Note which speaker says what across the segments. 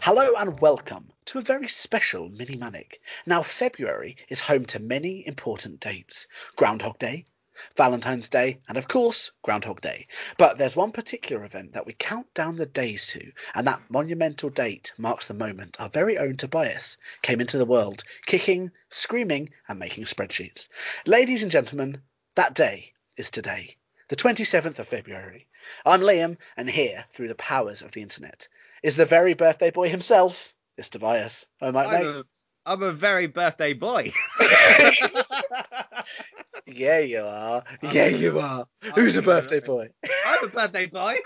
Speaker 1: Hello and welcome to a very special Mini Manic. Now, February is home to many important dates Groundhog Day, Valentine's Day, and of course, Groundhog Day. But there's one particular event that we count down the days to, and that monumental date marks the moment our very own Tobias came into the world, kicking, screaming, and making spreadsheets. Ladies and gentlemen, that day is today, the 27th of February. I'm Liam, and here, through the powers of the internet, is the very birthday boy himself. It's Tobias. Oh, mate,
Speaker 2: I'm
Speaker 1: mate.
Speaker 2: a, I'm a very birthday boy.
Speaker 1: Yeah, you are.
Speaker 2: I'm
Speaker 1: yeah,
Speaker 2: a-
Speaker 1: you are.
Speaker 2: I'm
Speaker 1: Who's a
Speaker 2: a
Speaker 1: birthday
Speaker 2: birthday
Speaker 1: boy?
Speaker 2: I'm a birthday boy.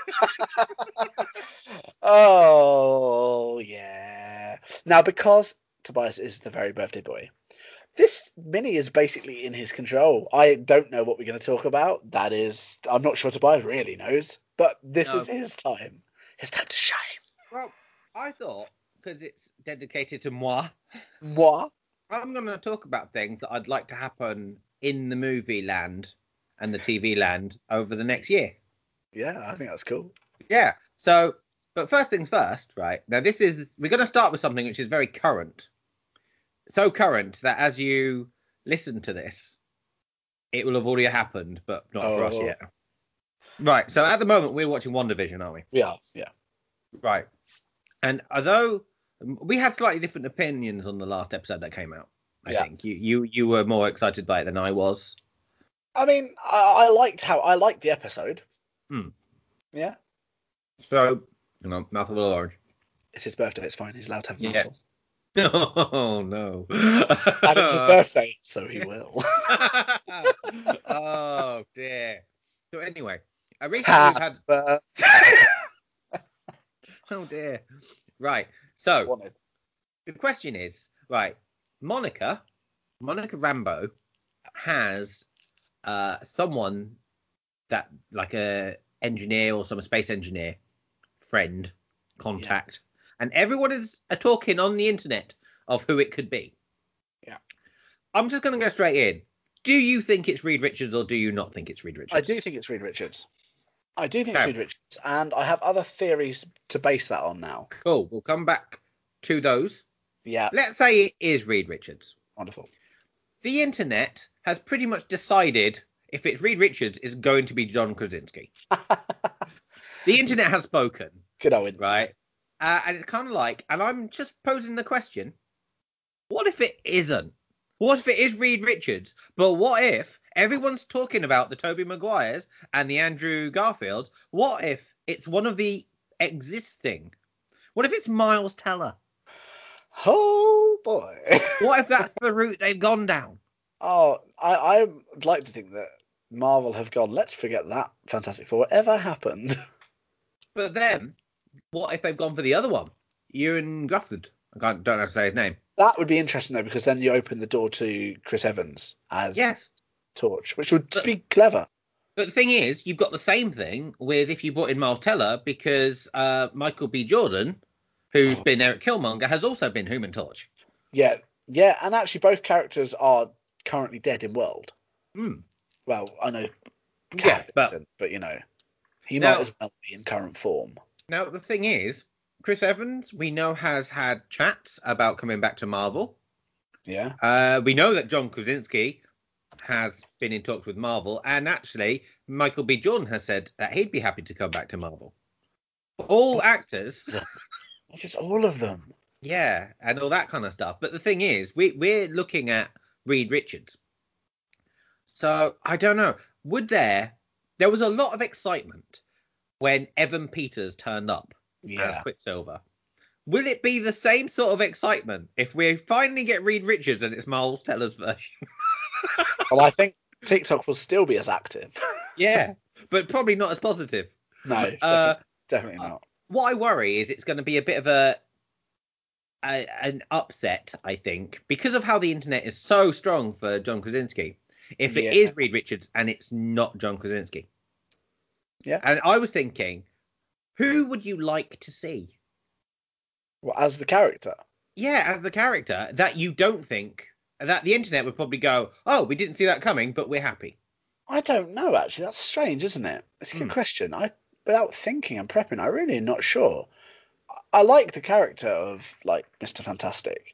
Speaker 1: Oh, yeah. Now, because Tobias is the very birthday boy, this mini is basically in his control. I don't know what we're going to talk about. That is, I'm not sure Tobias really knows, but this
Speaker 2: No.
Speaker 1: is his time. His time to shine.
Speaker 2: Well, I thought because it's dedicated to moi,
Speaker 1: Moi?
Speaker 2: I'm going to talk about things that I'd like to happen in the movie land and the TV land over the next year.
Speaker 1: Yeah, I think that's cool.
Speaker 2: Yeah. So, but first things first, right? Now, this is we're going to start with something which is very current, so current that as you listen to this, it will have already happened, but not for us
Speaker 1: Oh.
Speaker 2: yet. Right. So at the moment, we're watching One Division, aren't we?
Speaker 1: Yeah, yeah.
Speaker 2: Right. And although we had slightly different opinions on the last episode that came out, I
Speaker 1: Yeah.
Speaker 2: think you you you were more excited by it than I was.
Speaker 1: I mean, I, I liked how I liked the episode.
Speaker 2: Hmm.
Speaker 1: Yeah,
Speaker 2: So, you know, mouthful of orange.
Speaker 1: it's his birthday. It's fine. He's allowed to have a
Speaker 2: Yeah.
Speaker 1: mouthful.
Speaker 2: Oh no!
Speaker 1: and it's his birthday, so he will.
Speaker 2: oh dear. So anyway, I recently
Speaker 1: Ha.
Speaker 2: had.
Speaker 1: but
Speaker 2: Oh dear. Right. So
Speaker 1: wanted.
Speaker 2: the question is, right? Monica, Monica Rambo, has uh, someone that like a engineer or some space engineer friend contact, and everyone is a talking on the internet of who it could be.
Speaker 1: Yeah.
Speaker 2: I'm just going to go straight in. Do you think it's Reed Richards or do you not think it's Reed Richards?
Speaker 1: I do think it's Reed Richards. I do think it's
Speaker 2: Okay.
Speaker 1: Reed Richards, and I have other theories to base that on now.
Speaker 2: Cool. We'll come back to those.
Speaker 1: Yeah,
Speaker 2: Let's say it is Reed Richards.
Speaker 1: wonderful.
Speaker 2: The internet has pretty much decided if it's Reed Richards, it's going to be John Krasinski. the internet has spoken,
Speaker 1: Good Owen.
Speaker 2: right? Uh, and it's kind of like, and I'm just posing the question what if it isn't? What if it is Reed Richards? But what if everyone's talking about the Toby Maguires and the Andrew Garfields? What if it's one of the existing? What if it's Miles Teller?
Speaker 1: Oh boy.
Speaker 2: What if that's the route they've gone down?
Speaker 1: oh, I I'd like to think that Marvel have gone. Let's forget that Fantastic Four ever happened.
Speaker 2: But then, what if they've gone for the other one? Ewan Grufford. I can't, don't know how to say his name.
Speaker 1: That would be interesting though, because then you open the door to Chris Evans as
Speaker 2: Yes.
Speaker 1: Torch, which would be clever.
Speaker 2: But the thing is, you've got the same thing with if you brought in Miles Teller because uh, Michael B. Jordan, who's
Speaker 1: Oh.
Speaker 2: been Eric Killmonger, has also been Human Torch.
Speaker 1: Yeah, yeah, and actually both characters are currently dead in world.
Speaker 2: Hmm.
Speaker 1: Well, I know.
Speaker 2: Yeah, but-
Speaker 1: Captain, but you know, he
Speaker 2: No.
Speaker 1: might as well be in current form.
Speaker 2: Now, the thing is, Chris Evans, we know, has had chats about coming back to Marvel.
Speaker 1: Yeah.
Speaker 2: Uh, we know that John Krasinski has been in talks with Marvel, and actually, Michael B. Jordan has said that he'd be happy to come back to Marvel. All actors,
Speaker 1: Just all of them.
Speaker 2: yeah, and all that kind of stuff. But the thing is, we, we're looking at Reed Richards. So I don't know. Would there, there was a lot of excitement when Evan Peters turned up as
Speaker 1: Yeah.
Speaker 2: Quicksilver. Will it be the same sort of excitement if we finally get Reed Richards and it's Miles Teller's version?
Speaker 1: well, I think TikTok will still be as active.
Speaker 2: yeah, but probably not as positive.
Speaker 1: No,
Speaker 2: Uh,
Speaker 1: defi- definitely not.
Speaker 2: what I worry is it's going to be a bit of a, a an upset, I think, because of how the internet is so strong for John Krasinski. If it
Speaker 1: Yeah.
Speaker 2: is Reed Richards and it's not John Krasinski,
Speaker 1: Yeah.
Speaker 2: And I was thinking, who would you like to see?
Speaker 1: Well, as the character.
Speaker 2: Yeah, as the character that you don't think that the internet would probably go, oh, we didn't see that coming, but we're happy.
Speaker 1: I don't know, actually. That's strange, isn't it? It's a good
Speaker 2: Hmm.
Speaker 1: question. I, without thinking and prepping, I really am not sure. I like the character of like Mister Fantastic.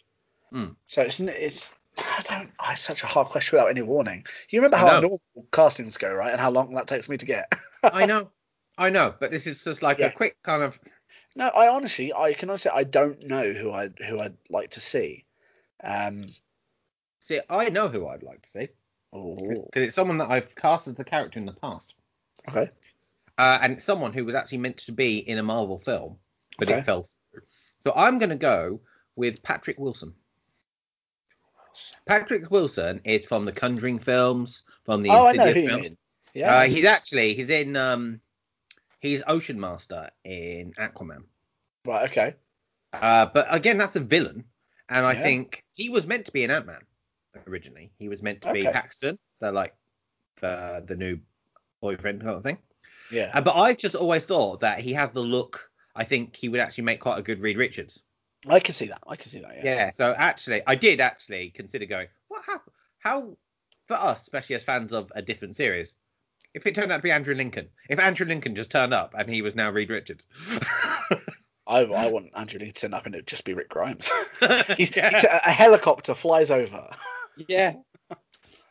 Speaker 2: Hmm.
Speaker 1: So it's n- it's I don't. Oh, it's such a hard question without any warning. You remember how
Speaker 2: I know.
Speaker 1: normal castings go, right? And how long that takes me to get.
Speaker 2: I know, I know, but this is just like
Speaker 1: Yeah.
Speaker 2: a quick kind of.
Speaker 1: No, I honestly, I can honestly, I don't know who I who I'd like to see. Um,
Speaker 2: See, I know who I'd like to see
Speaker 1: ooh,
Speaker 2: because it's someone that I've cast as the character in the past,
Speaker 1: okay,
Speaker 2: uh, and it's someone who was actually meant to be in a Marvel film, but
Speaker 1: Okay.
Speaker 2: it fell through. So I'm going to go with Patrick Wilson. Patrick Wilson is from the Conjuring films, from the
Speaker 1: Oh, I know
Speaker 2: Insidious
Speaker 1: who you
Speaker 2: films.
Speaker 1: mean. yeah,
Speaker 2: Uh, he's actually he's in um he's Ocean Master in Aquaman.
Speaker 1: right, okay,
Speaker 2: Uh, but again, that's a villain, and I
Speaker 1: Yeah.
Speaker 2: think he was meant to be an Ant Man originally. He was meant to be
Speaker 1: Okay.
Speaker 2: Paxton, the like uh, the new boyfriend kind of thing.
Speaker 1: yeah,
Speaker 2: Uh, but I just always thought that he has the look. I think he would actually make quite a good Reed Richards.
Speaker 1: I can see that. I can see that. Yeah,
Speaker 2: Yeah. So actually, I did actually consider going. What happened? How for us, especially as fans of a different series, if it turned out to be Andrew Lincoln, if Andrew Lincoln just turned up and he was now Reed Richards.
Speaker 1: I, I want Andrew Lee to turn up and it just be Rick Grimes.
Speaker 2: yeah.
Speaker 1: a, a helicopter flies over.
Speaker 2: yeah.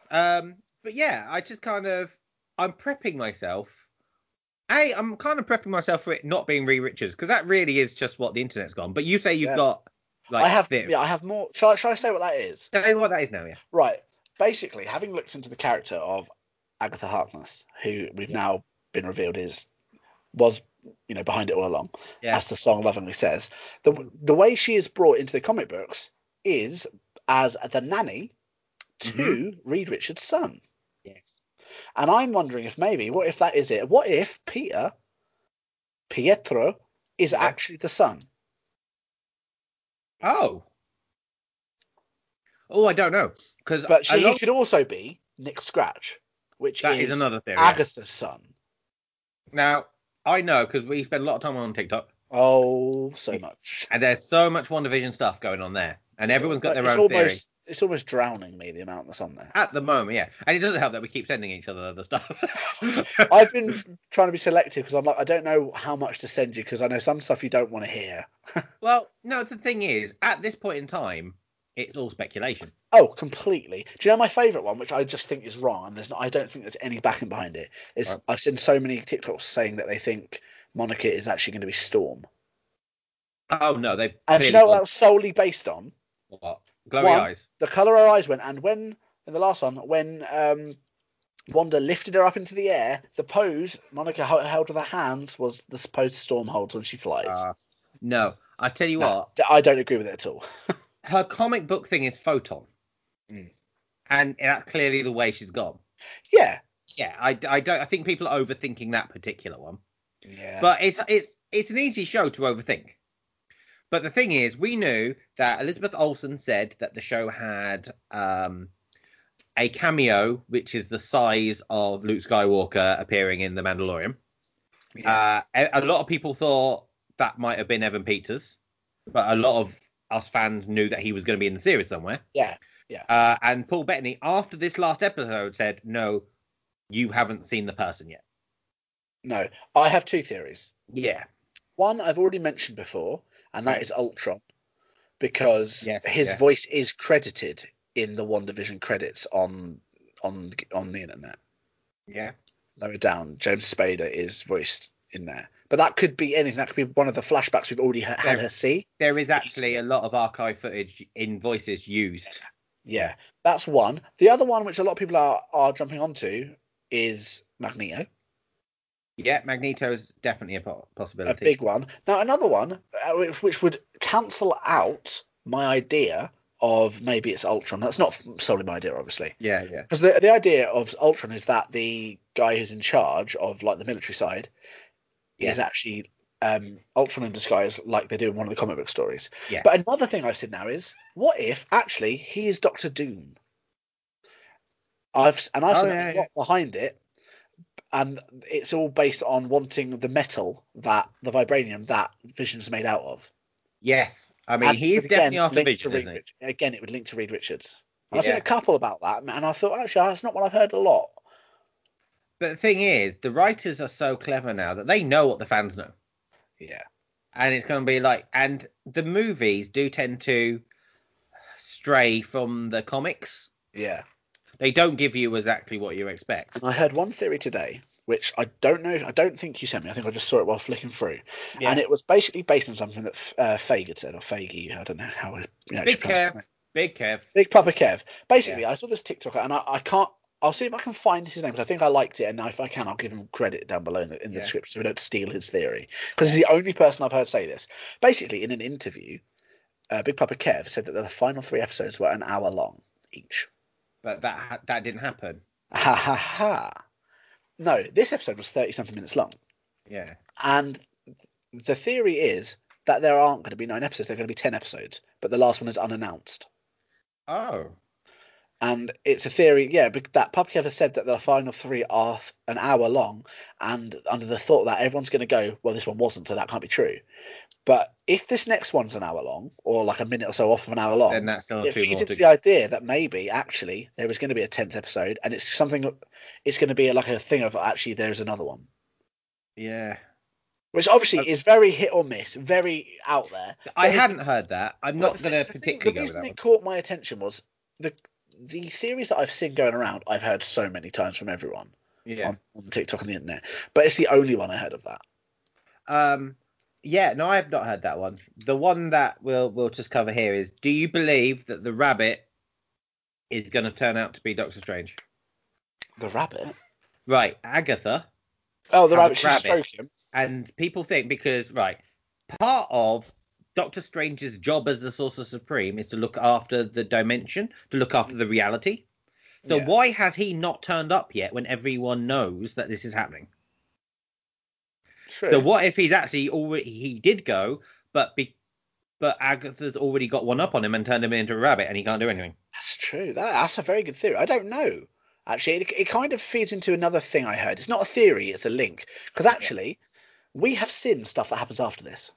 Speaker 2: Um, but yeah, I just kind of I'm prepping myself. A, I'm kind of prepping myself for it not being Reed Richards because that really is just what the internet's gone. But you say you've
Speaker 1: Yeah.
Speaker 2: got like
Speaker 1: I have,
Speaker 2: theory.
Speaker 1: yeah, I have more. Shall, I- shall I say what that is?
Speaker 2: Tell you what that is now, yeah.
Speaker 1: Right. Basically, having looked into the character of Agatha Harkness, who we've now been revealed is was you know behind it all along,
Speaker 2: Yeah.
Speaker 1: as the song lovingly says, the the way she is brought into the comic books is as the nanny to
Speaker 2: Mm-hmm.
Speaker 1: Reed Richards' son.
Speaker 2: Yes.
Speaker 1: And I'm wondering if maybe what if that is it? What if Peter Pietro is
Speaker 2: Yeah.
Speaker 1: actually the son?
Speaker 2: Oh. Oh, I don't know because
Speaker 1: But she, he could also be Nick Scratch, which
Speaker 2: that is,
Speaker 1: is
Speaker 2: another theory. yeah.
Speaker 1: Agatha's son.
Speaker 2: Now I know because we spend a lot of time on TikTok,
Speaker 1: Oh, so much.
Speaker 2: and there's so much WandaVision stuff going on there, and everyone's got their
Speaker 1: it's
Speaker 2: own
Speaker 1: almost,
Speaker 2: theory.
Speaker 1: It's almost drowning me the amount that's on there.
Speaker 2: At the moment, yeah, and it doesn't help that we keep sending each other the stuff.
Speaker 1: I've been trying to be selective because I'm like I don't know how much to send you because I know some stuff you don't want to hear.
Speaker 2: Well, no, the thing is, at this point in time, it's all speculation.
Speaker 1: Oh, completely. Do you know my favourite one, which I just think is wrong, and there's not, I don't think there's any backing behind it. Is
Speaker 2: Right.
Speaker 1: I've seen so many TikToks saying that they think Monica is actually going to be Storm,
Speaker 2: Oh no, they
Speaker 1: and do
Speaker 2: clearly
Speaker 1: you know what
Speaker 2: got-
Speaker 1: that was solely based on?
Speaker 2: what? Glowy
Speaker 1: One.
Speaker 2: eyes.
Speaker 1: the color her eyes went, and when in the last one, when um, Wanda lifted her up into the air, the pose Monica h- held with her hands was the supposed storm holds when she flies.
Speaker 2: Uh, no, I tell you
Speaker 1: No.
Speaker 2: what,
Speaker 1: D- I don't agree with it at all.
Speaker 2: her comic book thing is photon,
Speaker 1: Mm.
Speaker 2: and that's clearly the way she's gone.
Speaker 1: Yeah,
Speaker 2: Yeah, I, I don't. I think people are overthinking that particular one,
Speaker 1: yeah,
Speaker 2: but it's it's it's an easy show to overthink. But the thing is, we knew that Elizabeth Olsen said that the show had um, a cameo, which is the size of Luke Skywalker appearing in The Mandalorian.
Speaker 1: yeah.
Speaker 2: Uh, a, a lot of people thought that might have been Evan Peters, but a lot of us fans knew that he was going to be in the series somewhere.
Speaker 1: Yeah,
Speaker 2: Uh, and Paul Bettany, after this last episode, said, "No, you haven't seen the person yet."
Speaker 1: no. I have two theories.
Speaker 2: Yeah,
Speaker 1: One I've already mentioned before, and that is Ultron, because
Speaker 2: Mm. Yes,
Speaker 1: his
Speaker 2: yeah.
Speaker 1: voice is credited in the WandaVision credits on on on the internet.
Speaker 2: yeah.
Speaker 1: lower down, James Spader is voiced in there. But that could be anything. That could be one of the flashbacks we've already ha- had
Speaker 2: Yeah.
Speaker 1: her see.
Speaker 2: There is actually a lot of archive footage in voices used.
Speaker 1: Yeah, that's one. The other one, which a lot of people are are jumping onto, is Magneto,
Speaker 2: Yeah, Magneto's definitely a po-
Speaker 1: a
Speaker 2: possibility.
Speaker 1: big one. Now another one, uh, which, which would cancel out my idea of maybe it's Ultron. That's not solely my idea, obviously.
Speaker 2: Yeah, yeah.
Speaker 1: Because the the idea of Ultron is that the guy who's in charge of like the military side is
Speaker 2: Yeah.
Speaker 1: actually um, Ultron in disguise, like they do in one of the comic book stories.
Speaker 2: Yes.
Speaker 1: But another thing I've said now is, what if actually he is Doctor Doom? I've and I've
Speaker 2: Oh,
Speaker 1: seen
Speaker 2: yeah,
Speaker 1: a lot behind it, and it's all based on wanting the metal that the vibranium that Vision's made out of.
Speaker 2: Yes, I mean
Speaker 1: And
Speaker 2: he
Speaker 1: it
Speaker 2: is
Speaker 1: would
Speaker 2: definitely
Speaker 1: again
Speaker 2: after
Speaker 1: link to
Speaker 2: Vision,
Speaker 1: Reed
Speaker 2: isn't he?
Speaker 1: Rich- Again, it would link to Reed Richards. And I've seen
Speaker 2: Yeah.
Speaker 1: a couple about that, and I thought actually that's not what I've heard a lot.
Speaker 2: But the thing is, the writers are so clever now that they know what the fans know.
Speaker 1: Yeah,
Speaker 2: and it's going to be like, and the movies do tend to stray from the comics.
Speaker 1: Yeah.
Speaker 2: They don't give you exactly what you expect.
Speaker 1: And I heard one theory today, which I don't know. I don't think you sent me. I think I just saw it while flicking through,
Speaker 2: Yeah.
Speaker 1: and it was basically based on something that uh, Fag had said or Faggy. I don't know how. You know,
Speaker 2: Big
Speaker 1: pronounce his
Speaker 2: Kev, Big Kev.
Speaker 1: Big Papa Kev. Basically, I saw this TikTok and I, I can't. I'll see if I can find his name because I think I liked it, and if I can, I'll give him credit down below in the, in the
Speaker 2: Yeah.
Speaker 1: description so we don't steal his theory. Because he's the only person I've heard say this. Basically, in an interview, uh, Big Papa Kev said that the final three episodes were an hour long each.
Speaker 2: But that ha- that didn't happen.
Speaker 1: Ha ha ha! No, this episode was thirty something minutes long,
Speaker 2: Yeah.
Speaker 1: and the theory is that there aren't going to be nine episodes; there are going to be ten episodes, but the last one is unannounced.
Speaker 2: Oh.
Speaker 1: And it's a theory, yeah, bec- that PubKev has said that the final three are f- an hour long, and under the thought that everyone's going to go, well, this one wasn't, so that can't be true. But if this next one's an hour long, or like a minute or so off of an hour long,
Speaker 2: Then that's still
Speaker 1: it
Speaker 2: two more
Speaker 1: feeds into
Speaker 2: to
Speaker 1: Oh, the idea that maybe actually there is going to be a tenth episode, and it's something, it's going to be like a thing of actually there's another one,
Speaker 2: Yeah.
Speaker 1: which obviously
Speaker 2: Okay.
Speaker 1: is very hit or miss, very out there.
Speaker 2: I
Speaker 1: But it's-
Speaker 2: hadn't heard that. I'm
Speaker 1: Well,
Speaker 2: not
Speaker 1: the
Speaker 2: going to
Speaker 1: thi- the thing-
Speaker 2: particularly
Speaker 1: The
Speaker 2: go with
Speaker 1: reason
Speaker 2: that one.
Speaker 1: it caught my attention was the the theories that I've seen going around. I've heard so many times from everyone
Speaker 2: Yeah.
Speaker 1: on, on TikTok and the internet, but it's the only one I heard of that.
Speaker 2: Um, yeah, no, I have not heard that one. The one that we'll we'll just cover here is: Do you believe that the rabbit is going to turn out to be Doctor Strange?
Speaker 1: The rabbit.
Speaker 2: Right, Agatha,
Speaker 1: Oh, the
Speaker 2: How
Speaker 1: rabbit.
Speaker 2: the
Speaker 1: She
Speaker 2: rabbit.
Speaker 1: stroke him.
Speaker 2: and people think because right, part of Doctor Strange's job as the Sorcerer Supreme is to look after the dimension, to look after the reality. So
Speaker 1: Yeah.
Speaker 2: why has he not turned up yet when everyone knows that this is happening?
Speaker 1: True.
Speaker 2: So what if he's actually already he did go, but be, but Agatha's already got one up on him and turned him into a rabbit, and he can't do anything.
Speaker 1: That's true. That, that's a very good theory. I don't know. Actually, it, it kind of feeds into another thing I heard. It's not a theory. It's a link. Because actually, we have seen stuff that happens after this.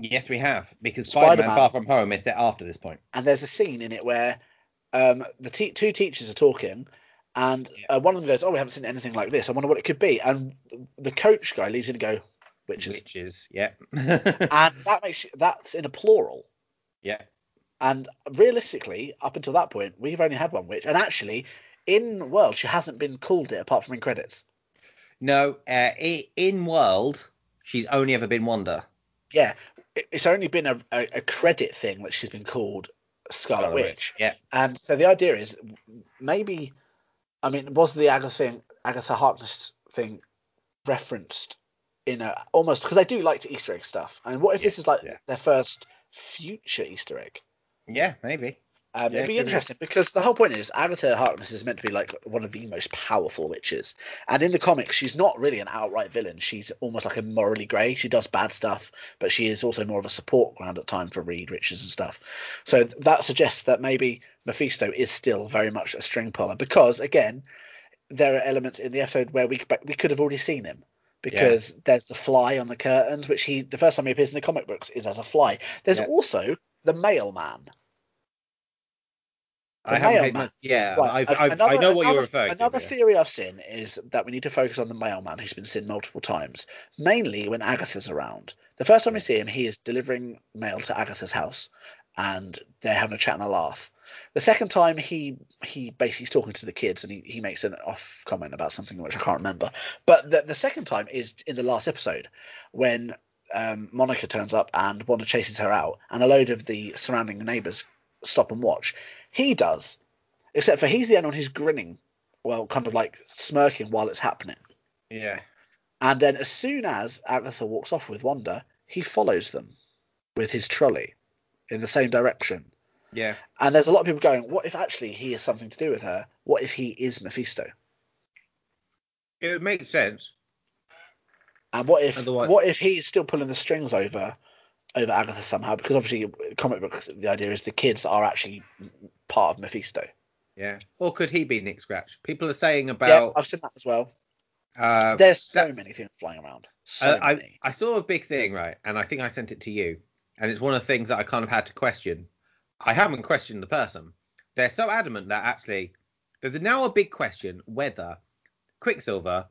Speaker 2: Yes, we have because Spider
Speaker 1: Spider-Man.
Speaker 2: Man Far From Home is set after this point.
Speaker 1: and there's a scene in it where um, the te- two teachers are talking, and uh, one of them goes, "Oh, we haven't seen anything like this. I wonder what it could be." And the coach guy leaves in and go, "Witches,"
Speaker 2: Which is yeah,
Speaker 1: and that makes you, that's in a plural.
Speaker 2: yeah,
Speaker 1: And realistically, up until that point, we've only had one witch, and actually, in world, she hasn't been called it apart from in credits.
Speaker 2: no. Uh, i- in world, she's only ever been Wanda.
Speaker 1: Yeah, it- it's only been a, a, a credit thing that she's been called Scarlet,
Speaker 2: Scarlet
Speaker 1: Witch.
Speaker 2: Yeah,
Speaker 1: And so the idea is maybe, I mean, was the Agatha thing, Agatha Harkness thing referenced in a almost because they do like to Easter egg stuff. And what if this
Speaker 2: Yeah,
Speaker 1: is like
Speaker 2: yeah.
Speaker 1: their first future Easter egg?
Speaker 2: yeah, maybe.
Speaker 1: Um,
Speaker 2: Yeah,
Speaker 1: it'd be
Speaker 2: could be.
Speaker 1: interesting because the whole point is Agatha Harkness is meant to be like one of the most powerful witches, and in the comics she's not really an outright villain. She's almost like a morally grey. She does bad stuff, but she is also more of a support ground at times for Reed Richards and stuff. So th- that suggests that maybe Mephisto is still very much a string puller because again, there are elements in the episode where we we could have already seen him. Because there's the fly on the curtains, which he the first time he appears in the comic books is as a fly. There's
Speaker 2: Yeah.
Speaker 1: also the mailman. The
Speaker 2: I haven't
Speaker 1: mailman.
Speaker 2: paid much. Yeah,
Speaker 1: Right,
Speaker 2: I've,
Speaker 1: a-
Speaker 2: I've, I
Speaker 1: another-
Speaker 2: know what
Speaker 1: another-
Speaker 2: you're referring
Speaker 1: Another
Speaker 2: to. yeah.
Speaker 1: theory I've seen is that we need to focus on the mailman who's been seen multiple times, mainly when Agatha's around. The first time we
Speaker 2: Yeah.
Speaker 1: see him, he is delivering mail to Agatha's house, and they're having a chat and a laugh. The second time, he he basically is talking to the kids, and he, he makes an off comment about something which I can't remember. But the, the second time is in the last episode when um, Monica turns up and Wanda chases her out, and a load of the surrounding neighbors stop and watch. He does except for he's the only one who's grinning, well, kind of like smirking while it's happening.
Speaker 2: Yeah,
Speaker 1: And then as soon as Agatha walks off with Wanda, he follows them with his trolley in the same direction.
Speaker 2: yeah,
Speaker 1: And there's a lot of people going, what if actually he has something to do with her? What if he is Mephisto?
Speaker 2: it makes sense.
Speaker 1: And what if
Speaker 2: Otherwise-
Speaker 1: what if he is still pulling the strings over over Agatha somehow? Because obviously, comic book the idea is the kids are actually part of Mephisto.
Speaker 2: Yeah, or could he be Nick Scratch? People are saying
Speaker 1: yeah,
Speaker 2: about
Speaker 1: I've seen that as well.
Speaker 2: uh,
Speaker 1: There's so
Speaker 2: that-
Speaker 1: many things flying around. So
Speaker 2: Uh, I,
Speaker 1: many.
Speaker 2: I saw a big thing, right? And I think I sent it to you. And it's one of the things that I kind of had to question. I haven't questioned the person. They're so adamant that actually there's now a big question whether Quicksilver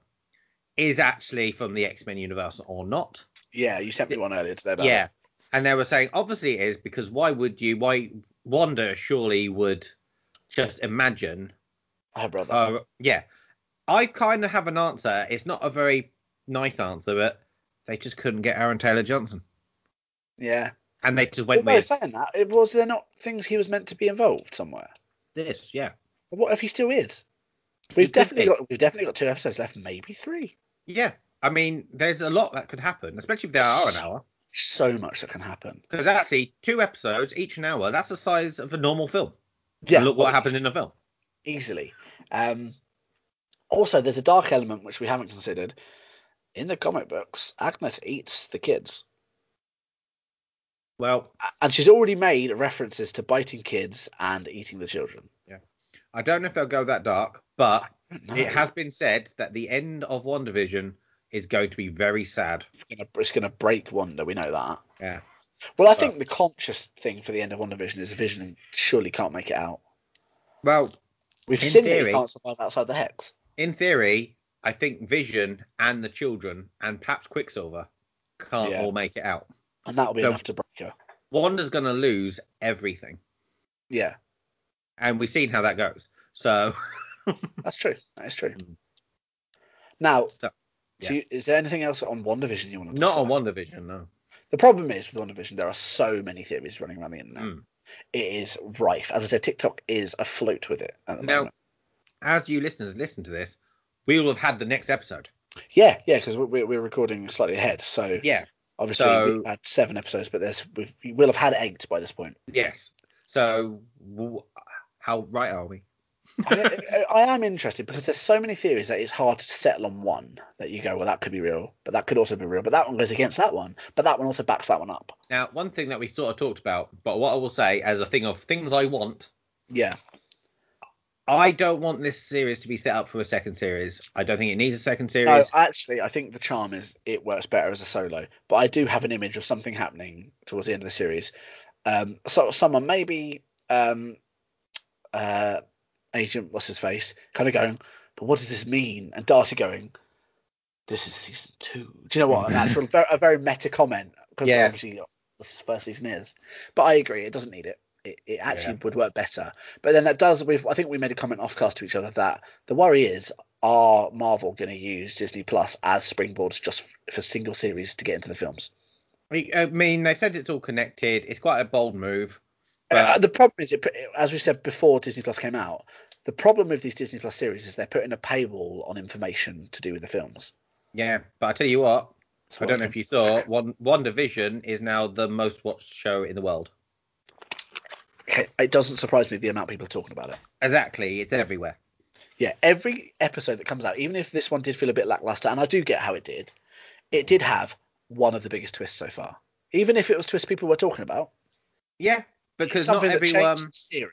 Speaker 2: is actually from the X Men universe or not.
Speaker 1: Yeah, you sent me one earlier today. About
Speaker 2: yeah.
Speaker 1: it.
Speaker 2: And they were saying, obviously it is because why would you? Why Wanda surely would just imagine
Speaker 1: her brother.
Speaker 2: Uh, yeah, I kind of have an answer. It's not a very nice answer, but they just couldn't get Aaron Taylor Johnson,
Speaker 1: yeah.
Speaker 2: and they just went
Speaker 1: Although
Speaker 2: with
Speaker 1: saying that, it was there not things he was meant to be involved somewhere?
Speaker 2: this. Yeah,
Speaker 1: What if he still is?
Speaker 2: He
Speaker 1: We've
Speaker 2: could
Speaker 1: definitely
Speaker 2: be.
Speaker 1: got we've definitely got two episodes left, maybe three.
Speaker 2: yeah. I mean, there's a lot that could happen, especially if there are an hour.
Speaker 1: So much that can happen.
Speaker 2: Because actually, two episodes each an hour. That's the size of a normal film.
Speaker 1: Yeah,
Speaker 2: look what
Speaker 1: well,
Speaker 2: happened in the film.
Speaker 1: easily. Um, also, there's a dark element which we haven't considered. In the comic books, Agnes eats the kids,
Speaker 2: Well,
Speaker 1: A- and she's already made references to biting kids and eating the children.
Speaker 2: I don't know if they'll go that dark, but
Speaker 1: No,
Speaker 2: it has been said that the end of WandaVision is going to be very sad.
Speaker 1: gonna- it's going to break Wanda. We know that.
Speaker 2: Yeah.
Speaker 1: Well, I think the conscious thing for the end of Wonder Vision is Vision surely can't make it out.
Speaker 2: Well,
Speaker 1: We've
Speaker 2: In
Speaker 1: seen that
Speaker 2: theory-
Speaker 1: he can't survive outside the hex.
Speaker 2: in theory, I think Vision and the children and perhaps Quicksilver can't
Speaker 1: Yeah.
Speaker 2: all make it out.
Speaker 1: and that'll be
Speaker 2: So-
Speaker 1: enough to break her.
Speaker 2: Wanda's going to lose everything,
Speaker 1: Yeah,
Speaker 2: and we've seen how that goes. So
Speaker 1: that's true. That is true.
Speaker 2: Mm.
Speaker 1: Now,
Speaker 2: So,
Speaker 1: do you- is there anything else on WandaVision you want to?
Speaker 2: not on
Speaker 1: discuss?
Speaker 2: WandaVision, no.
Speaker 1: The problem is with WandaVision, there are so many theories running around the internet.
Speaker 2: Mm.
Speaker 1: It is rife. As I said, TikTok is afloat with it at the
Speaker 2: Now,
Speaker 1: moment.
Speaker 2: as you listeners listen to this, we will have had the next episode.
Speaker 1: Yeah, yeah, because we're, we're recording slightly ahead, so
Speaker 2: Yeah.
Speaker 1: obviously
Speaker 2: So-
Speaker 1: we've had seven episodes, but there's we've, we will have had eight by this point.
Speaker 2: Yes. So w- how right are we?
Speaker 1: I, I I am interested because there's so many theories that it's hard to settle on one that you go, well, that could be real, but that could also be real, but that one goes against that one, but that one also backs that one up.
Speaker 2: Now, one thing that we sort of talked about, but what I will say as a thing of things I want,
Speaker 1: Yeah,
Speaker 2: I don't want this series to be set up for a second series. I don't think it needs a second series.
Speaker 1: No, actually, I think the charm is it works better as a solo. But I do have an image of something happening towards the end of the series. Um, so someone maybe um, uh, Agent what's his face kind of going, but what does this mean? And Darcy going, this is season two. Do you know what? An actual ver- a very meta comment because
Speaker 2: Yeah.
Speaker 1: obviously this first season is. But I agree, it doesn't need it. It, it actually would work better. But then that does. We've I think we made a comment offcast to each other that the worry is are Marvel going to use Disney Plus as springboards just f- for single series to get into the films?
Speaker 2: I I mean, they said it's all connected. It's quite a bold move.
Speaker 1: Uh,
Speaker 2: But
Speaker 1: the problem is, it, put- as we said before, Disney Plus came out. The problem with these Disney Plus series is they're putting a paywall on information to do with the films.
Speaker 2: yeah, but I tell you what,
Speaker 1: That's
Speaker 2: I
Speaker 1: what
Speaker 2: don't know if you saw, One WandaVision is now the most watched show in the world.
Speaker 1: Okay, It doesn't surprise me the amount of people are talking about it.
Speaker 2: Exactly, it's everywhere.
Speaker 1: Yeah, every episode that comes out, even if this one did feel a bit lackluster, and I do get how it did, it did have one of the biggest twists so far. Even if it was twists people were talking about,
Speaker 2: Yeah, because not
Speaker 1: something that
Speaker 2: everyone,
Speaker 1: changed the series.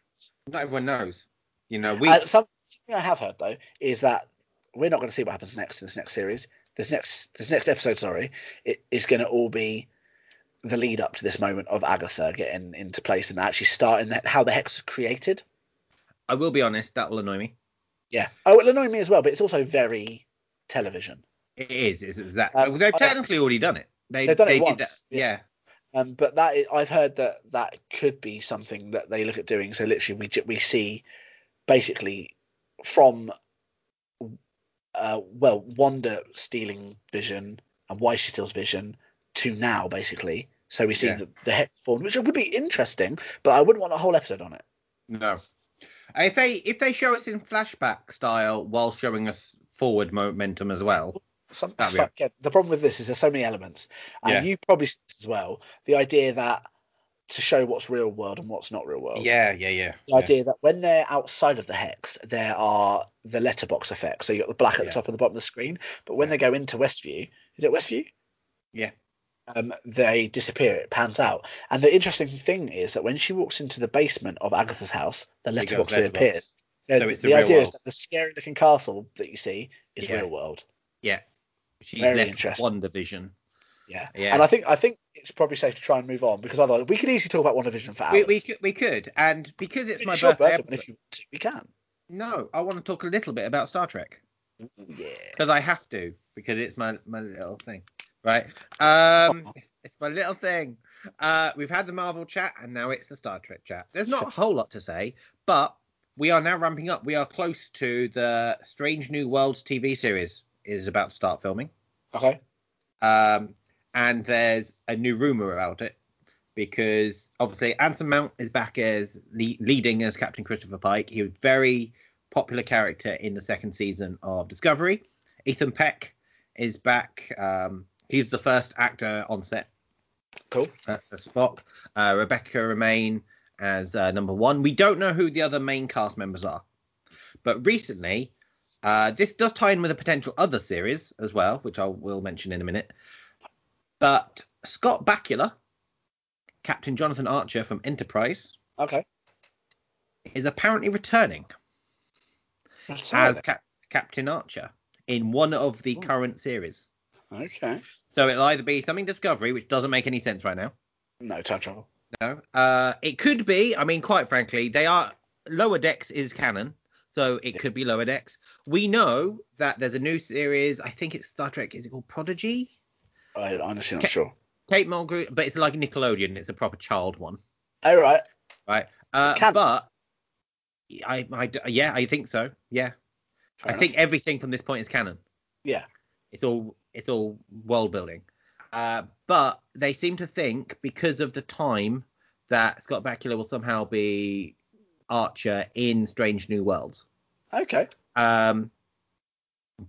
Speaker 2: not everyone knows. You know, we
Speaker 1: Uh, some- something I have heard though is that we're not going to see what happens next in this next series. This next this next episode, sorry, it is going to all be the lead up to this moment of Agatha getting into place and actually starting that how the hex was created.
Speaker 2: I will be honest, that will annoy me.
Speaker 1: Yeah. Oh, it'll annoy me as well, but it's also very television.
Speaker 2: It is, it's exactly.
Speaker 1: Um,
Speaker 2: they've
Speaker 1: I-
Speaker 2: technically already done it. They,
Speaker 1: They've done it
Speaker 2: they
Speaker 1: once,
Speaker 2: Did that.
Speaker 1: yeah.
Speaker 2: Yeah.
Speaker 1: Um, but that is, I've heard that that could be something that they look at doing. So literally, we ju- we see basically from uh, well, Wanda stealing Vision and why she steals Vision to now, basically. So we see
Speaker 2: Yeah.
Speaker 1: the, the hex form, which would be interesting, but I wouldn't want a whole episode on it.
Speaker 2: No. If they if they show us in flashback style while showing us forward momentum as well,
Speaker 1: Some,
Speaker 2: That'd be
Speaker 1: some- yeah, the problem with this is there's so many elements, and
Speaker 2: Yeah.
Speaker 1: you probably see this as well. The idea that to show what's real world and what's not real world.
Speaker 2: yeah, yeah, yeah.
Speaker 1: the idea that when they're outside of the hex, there are the letterbox effects. So you've got the black at the
Speaker 2: Yeah.
Speaker 1: top and the bottom of the screen. But when
Speaker 2: Yeah.
Speaker 1: they go into Westview, is it Westview?
Speaker 2: Yeah.
Speaker 1: Um, they disappear. It pans out. And the interesting thing is that when she walks into the basement of Agatha's house, the
Speaker 2: It goes
Speaker 1: letterbox
Speaker 2: letterbox.
Speaker 1: reappears.
Speaker 2: So it's the
Speaker 1: the
Speaker 2: real
Speaker 1: idea is
Speaker 2: world.
Speaker 1: that the scary looking castle that you see is
Speaker 2: Yeah.
Speaker 1: real world.
Speaker 2: She's
Speaker 1: Very
Speaker 2: left
Speaker 1: interesting.
Speaker 2: one division.
Speaker 1: Yeah.
Speaker 2: Yeah.
Speaker 1: And I think I think it's probably safe to try and move on because otherwise we could easily talk about WandaVision for hours.
Speaker 2: We, we could, we could, and because it's
Speaker 1: It's
Speaker 2: my
Speaker 1: your
Speaker 2: birthday,
Speaker 1: one,
Speaker 2: episode,
Speaker 1: if you want to, we can.
Speaker 2: no, I want to talk a little bit about Star Trek
Speaker 1: Yeah.
Speaker 2: because I have to because it's my my little thing. right? Um, it's, it's my little thing. Uh, we've had the Marvel chat, and now it's the Star Trek chat. There's not a whole lot to say, but we are now ramping up. We are close to the Strange New Worlds TV series is about to start filming,
Speaker 1: Okay.
Speaker 2: um, and there's a new rumor about it because obviously Anson Mount is back as le- leading as Captain Christopher Pike. He was a very popular character in the second season of Discovery. Ethan Peck is back. Um, he's the first actor on set
Speaker 1: Cool.
Speaker 2: uh, as Spock. Uh, Rebecca Remain as uh, number one. We don't know who the other main cast members are, but recently, uh, this does tie in with a potential other series as well, which I will mention in a minute. But Scott Bakula, Captain Jonathan Archer from Enterprise,
Speaker 1: Okay.
Speaker 2: is apparently returning as Cap- Captain Archer in one of the
Speaker 1: Oh.
Speaker 2: current series.
Speaker 1: okay.
Speaker 2: So it'll either be something Discovery, which doesn't make any sense right now.
Speaker 1: No time travel.
Speaker 2: No. Uh, it could be. I mean, quite frankly, they are lower decks is canon, so it could be lower decks. We know that there's a new series. I think it's Star Trek. Is it called Prodigy?
Speaker 1: I, honestly not
Speaker 2: Ca-
Speaker 1: sure.
Speaker 2: Kate Mulgrew, but it's like Nickelodeon. It's a proper child one,
Speaker 1: All right.
Speaker 2: right? Uh,
Speaker 1: Canon.
Speaker 2: but I, I, yeah, I think so. Yeah,
Speaker 1: Fair
Speaker 2: I
Speaker 1: enough.
Speaker 2: think everything from this point is canon.
Speaker 1: Yeah.
Speaker 2: It's all it's all world building. Uh, but they seem to think because of the time that Scott Bakula will somehow be Archer in Strange New Worlds.
Speaker 1: Okay.
Speaker 2: Um,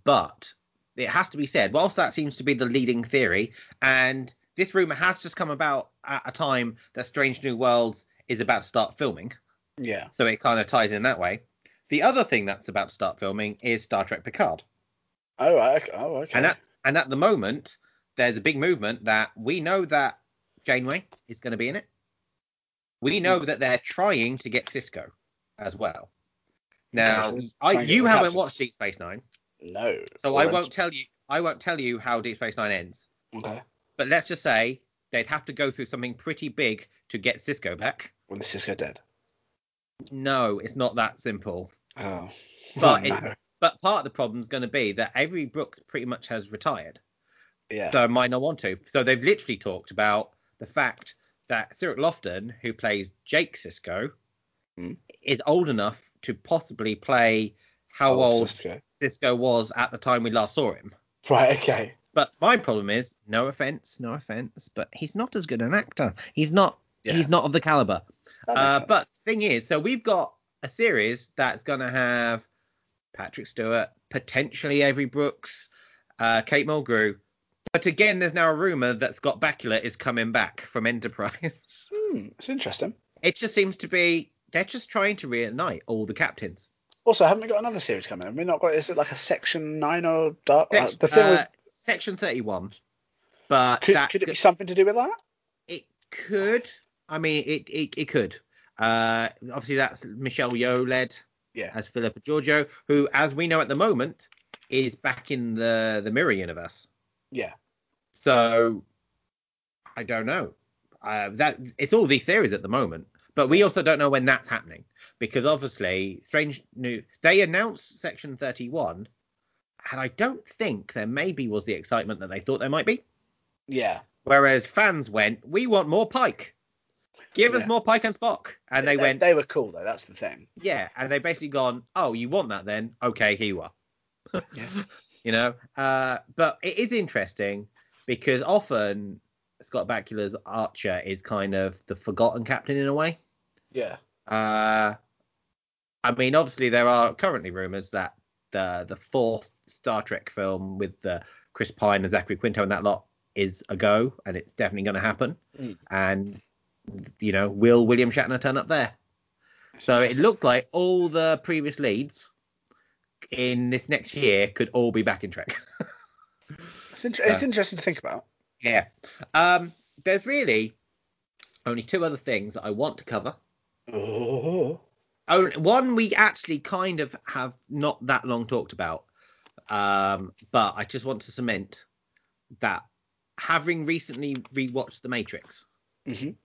Speaker 2: but it has to be said, whilst that seems to be the leading theory, and this rumor has just come about at a time that Strange New Worlds is about to start filming,
Speaker 1: Yeah.
Speaker 2: so it kind of ties in that way. The other thing that's about to start filming is Star Trek Picard.
Speaker 1: All right. ok- Oh, okay.
Speaker 2: And at, and at the moment, there's a big movement that we know that Janeway is going to be in it. We know
Speaker 1: Mm.
Speaker 2: that they're trying to get Cisco as well. Now,
Speaker 1: Okay, so
Speaker 2: I,
Speaker 1: trying to get
Speaker 2: you
Speaker 1: all the
Speaker 2: haven't
Speaker 1: captains.
Speaker 2: watched Deep Space Nine,
Speaker 1: no.
Speaker 2: so
Speaker 1: Or
Speaker 2: I
Speaker 1: ent-
Speaker 2: won't tell you. I won't tell you how Deep Space Nine ends.
Speaker 1: Okay.
Speaker 2: But let's just say they'd have to go through something pretty big to get Cisco back.
Speaker 1: When the Cisco dead.
Speaker 2: No, it's not that simple.
Speaker 1: Oh.
Speaker 2: But
Speaker 1: oh,
Speaker 2: it's-
Speaker 1: no.
Speaker 2: But part of the problem is going to be that Avery Brooks pretty much has retired.
Speaker 1: Yeah.
Speaker 2: so I might not want to. So they've literally talked about the fact that Cyril Lofton, who plays Jake Sisko,
Speaker 1: Hmm.
Speaker 2: is old enough to possibly play how
Speaker 1: Oh,
Speaker 2: old
Speaker 1: Cisco.
Speaker 2: Sisko was at the time we last saw him.
Speaker 1: Right. Okay.
Speaker 2: But my problem is, no offense, no offense, but he's not as good an actor. He's not.
Speaker 1: Yeah.
Speaker 2: He's not of the caliber.
Speaker 1: That makes
Speaker 2: Uh,
Speaker 1: sense.
Speaker 2: but thing is, so we've got a series that's going to have Patrick Stewart, potentially Avery Brooks, uh, Kate Mulgrew. But again, there's now a rumor that Scott Bakula is coming back from Enterprise.
Speaker 1: Hmm, it's interesting.
Speaker 2: it just seems to be they're just trying to reunite all the captains.
Speaker 1: Also, haven't we got another series coming? Have we not got? Is it like a section nine or dark? uh,
Speaker 2: Sex-
Speaker 1: the thing
Speaker 2: uh,
Speaker 1: with,
Speaker 2: Section 31. But
Speaker 1: could,
Speaker 2: that's
Speaker 1: could it be
Speaker 2: go-
Speaker 1: something to do with that?
Speaker 2: It could. I mean, it it, it could. Uh, obviously, that's Michelle Yeoh led.
Speaker 1: Yeah.
Speaker 2: As Philippa Giorgio, who, as we know at the moment, is back in the the Mirror Universe.
Speaker 1: Yeah.
Speaker 2: So, I don't know. Uh, that it's all these theories at the moment, but we also don't know when that's happening because obviously, strange new. They announced Section Thirty One, and I don't think there maybe was the excitement that they thought there might be.
Speaker 1: Yeah.
Speaker 2: Whereas fans went, we want more Pike. Give us
Speaker 1: Yeah.
Speaker 2: more Pike and Spock. And they went,
Speaker 1: They were cool though. That's the thing.
Speaker 2: yeah. And they basically gone, oh, you want that then? Okay, here you are.
Speaker 1: Yeah.
Speaker 2: You know? Uh, but it is interesting because often Scott Bakula's Archer is kind of the forgotten captain in a way.
Speaker 1: Yeah.
Speaker 2: Uh, I mean, obviously, there are currently rumors that the, the fourth Star Trek film with the Chris Pine and Zachary Quinto and that lot is a go, and it's definitely going to happen.
Speaker 1: Mm.
Speaker 2: And you know, will William Shatner turn up there? So it looks like all the previous leads in this next year could all be back in Trek.
Speaker 1: It's, inter- it's interesting to think about.
Speaker 2: yeah. Um, there's really only two other things that I want to cover.
Speaker 1: Oh.
Speaker 2: Oh, one we actually kind of have not that long talked about, um, but I just want to cement that having recently rewatched The Matrix,
Speaker 1: Mhm.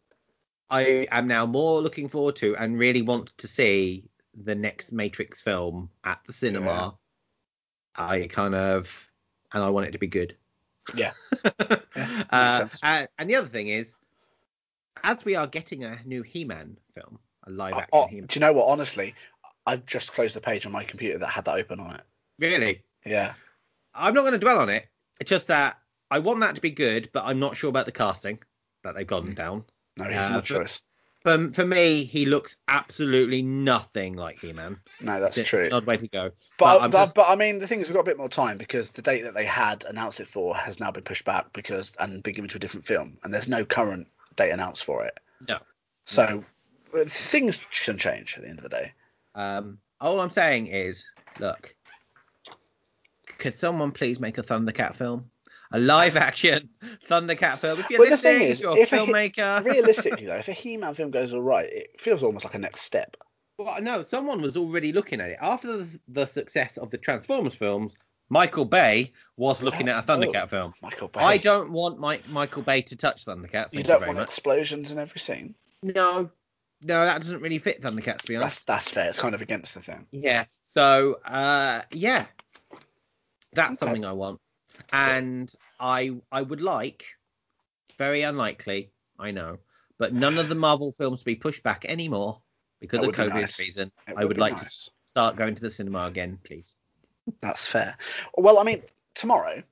Speaker 2: I am now more looking forward to and really want to see the next Matrix film at the cinema. I kind of, and I want it to be good.
Speaker 1: Yeah. Yeah, makes
Speaker 2: uh,
Speaker 1: sense.
Speaker 2: and, and the other thing is, as we are getting a new He-Man film, a live-action
Speaker 1: Oh, do
Speaker 2: He-Man.
Speaker 1: you know what? Honestly, I've just closed the page on my computer that had that open on it.
Speaker 2: Really,
Speaker 1: Yeah.
Speaker 2: I'm not going to dwell on it. It's just that I want that to be good, but I'm not sure about the casting that they've gone
Speaker 1: Mm.
Speaker 2: down.
Speaker 1: No, he's
Speaker 2: Yeah,
Speaker 1: not
Speaker 2: but-
Speaker 1: choice.
Speaker 2: Um, for me, he looks absolutely nothing like He-Man.
Speaker 1: No, that's
Speaker 2: It's-
Speaker 1: true.
Speaker 2: It's an odd way to go.
Speaker 1: But
Speaker 2: But I'm
Speaker 1: but,
Speaker 2: just-
Speaker 1: but I mean, the thing is, we've got a bit more time because the date that they had announced it for has now been pushed back because and been given to a different film, and there's no current date announced for it.
Speaker 2: No.
Speaker 1: So uh, things can change at the end of the day.
Speaker 2: Um, all I'm saying is, look, could someone please make a Thundercat film? A live-action Thundercat film. If you're
Speaker 1: Well, the
Speaker 2: listening,
Speaker 1: thing
Speaker 2: if
Speaker 1: is,
Speaker 2: you're a
Speaker 1: if a hit-
Speaker 2: filmmaker.
Speaker 1: Realistically, though, if a He-Man film goes all right, it feels almost like a next step.
Speaker 2: Well, no, someone was already looking at it after the, the success of the Transformers films. Michael Bay was looking at a
Speaker 1: Oh,
Speaker 2: Thundercat film.
Speaker 1: Michael Bay.
Speaker 2: I don't want Mike Michael Bay to touch Thundercat. Thank
Speaker 1: You
Speaker 2: you,
Speaker 1: don't
Speaker 2: very
Speaker 1: want
Speaker 2: much.
Speaker 1: explosions in every scene.
Speaker 2: No, no, that doesn't really fit Thundercat to be honest.
Speaker 1: That's that's fair. It's kind of against the thing.
Speaker 2: Yeah. So, uh, yeah, that's
Speaker 1: Okay.
Speaker 2: something I want, and I I would like, very unlikely, I know, but none of the Marvel films to be pushed back anymore because
Speaker 1: That
Speaker 2: of
Speaker 1: would be
Speaker 2: COVID
Speaker 1: nice.
Speaker 2: reason.
Speaker 1: It
Speaker 2: I would
Speaker 1: be
Speaker 2: like to
Speaker 1: nice.
Speaker 2: start going to the cinema again, please.
Speaker 1: That's fair. Well, I mean, tomorrow.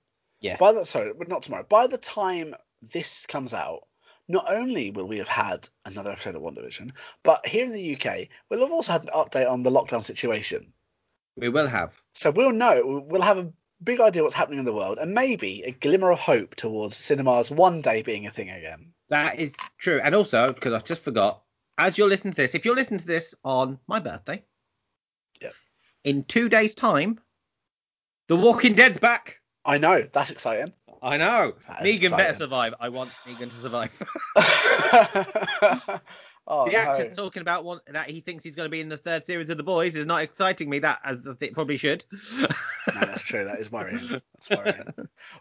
Speaker 2: Yeah.
Speaker 1: By the sorry, but not tomorrow. By the time this comes out, not only will we have had another episode of One Division, but here in the UK, we'll have also had an update on the lockdown situation.
Speaker 2: We will have.
Speaker 1: So we'll know. We'll have a big idea what's happening in the world, and maybe a glimmer of hope towards cinemas one day being a thing again.
Speaker 2: That is true. And also, because I just forgot, as you're listening to this, if you're listening to this on my birthday,
Speaker 1: Yep.
Speaker 2: in two days' time, The Walking Dead's back.
Speaker 1: I know that's exciting.
Speaker 2: I know.
Speaker 1: That is
Speaker 2: Negan better
Speaker 1: exciting.
Speaker 2: survive. I want Negan to survive.
Speaker 1: oh,
Speaker 2: the
Speaker 1: no.
Speaker 2: actor talking about one that he thinks he's going to be in the third series of The Boys is not exciting me that as it probably should.
Speaker 1: No, that's true. That is worrying. That's worrying.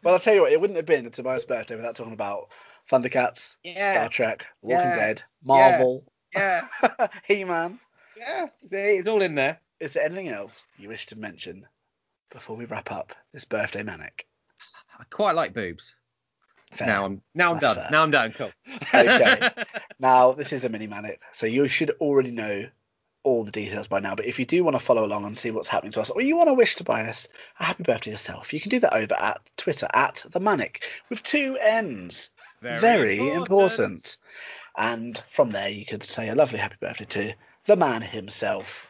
Speaker 1: well, I'll tell you what, it wouldn't have been a Tobias birthday without talking about Thundercats,
Speaker 2: Yeah.
Speaker 1: Star Trek, Walking
Speaker 2: Yeah.
Speaker 1: Dead, Marvel,
Speaker 2: yeah,
Speaker 1: He Man.
Speaker 2: yeah. See, it's all in there.
Speaker 1: Is there anything else you wish to mention before we wrap up this birthday manic?
Speaker 2: I quite like boobs.
Speaker 1: Fair.
Speaker 2: Now I'm now I'm
Speaker 1: That's
Speaker 2: done.
Speaker 1: fair.
Speaker 2: Now I'm done. Cool.
Speaker 1: Okay. Now, this is a mini manic, so you should already know all the details by now. But if you do want to follow along and see what's happening to us, or you want to wish to buy us a happy birthday yourself, you can do that over at Twitter at the manic with two N's. Very, important. And from there, you could say a lovely happy birthday to the man himself.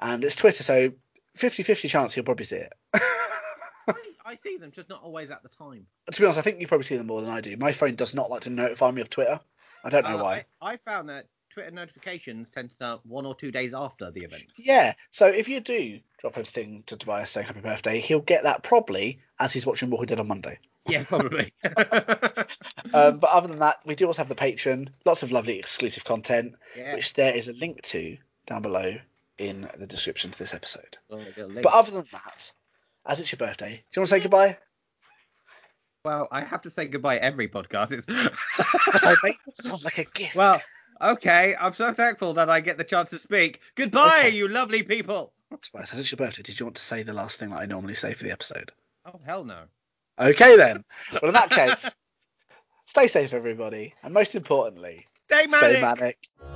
Speaker 1: And it's Twitter, so 50 50 chance you'll probably see it.
Speaker 2: I see them, just not always at the time.
Speaker 1: To be honest, I think you probably see them more than I do. My phone does not like to notify me of Twitter. I don't know
Speaker 2: Uh,
Speaker 1: why.
Speaker 2: I, I found that Twitter notifications tend to start one or two days after the event.
Speaker 1: Yeah, so if you do drop a thing to Tobias saying happy birthday, he'll get that probably as he's watching Walking Dead on Monday.
Speaker 2: Yeah, probably.
Speaker 1: Um, but other than that, we do also have the Patreon, lots of lovely exclusive content,
Speaker 2: yeah.
Speaker 1: which there is a link to down below in the description to this episode.
Speaker 2: Oh, little link.
Speaker 1: But other than that, as it's your birthday, do you want to say goodbye?
Speaker 2: well, I have to say goodbye every podcast.
Speaker 1: I
Speaker 2: It's...
Speaker 1: make it sound like a gift.
Speaker 2: well, okay. I'm so thankful that I get the chance to speak. Goodbye,
Speaker 1: Okay.
Speaker 2: you lovely people.
Speaker 1: Tobias, as it's your birthday, did you want to say the last thing that I normally say for the episode?
Speaker 2: Oh hell no.
Speaker 1: Okay then. Well, in that case, stay safe, everybody, and most importantly,
Speaker 2: Stay manic.
Speaker 1: stay manic.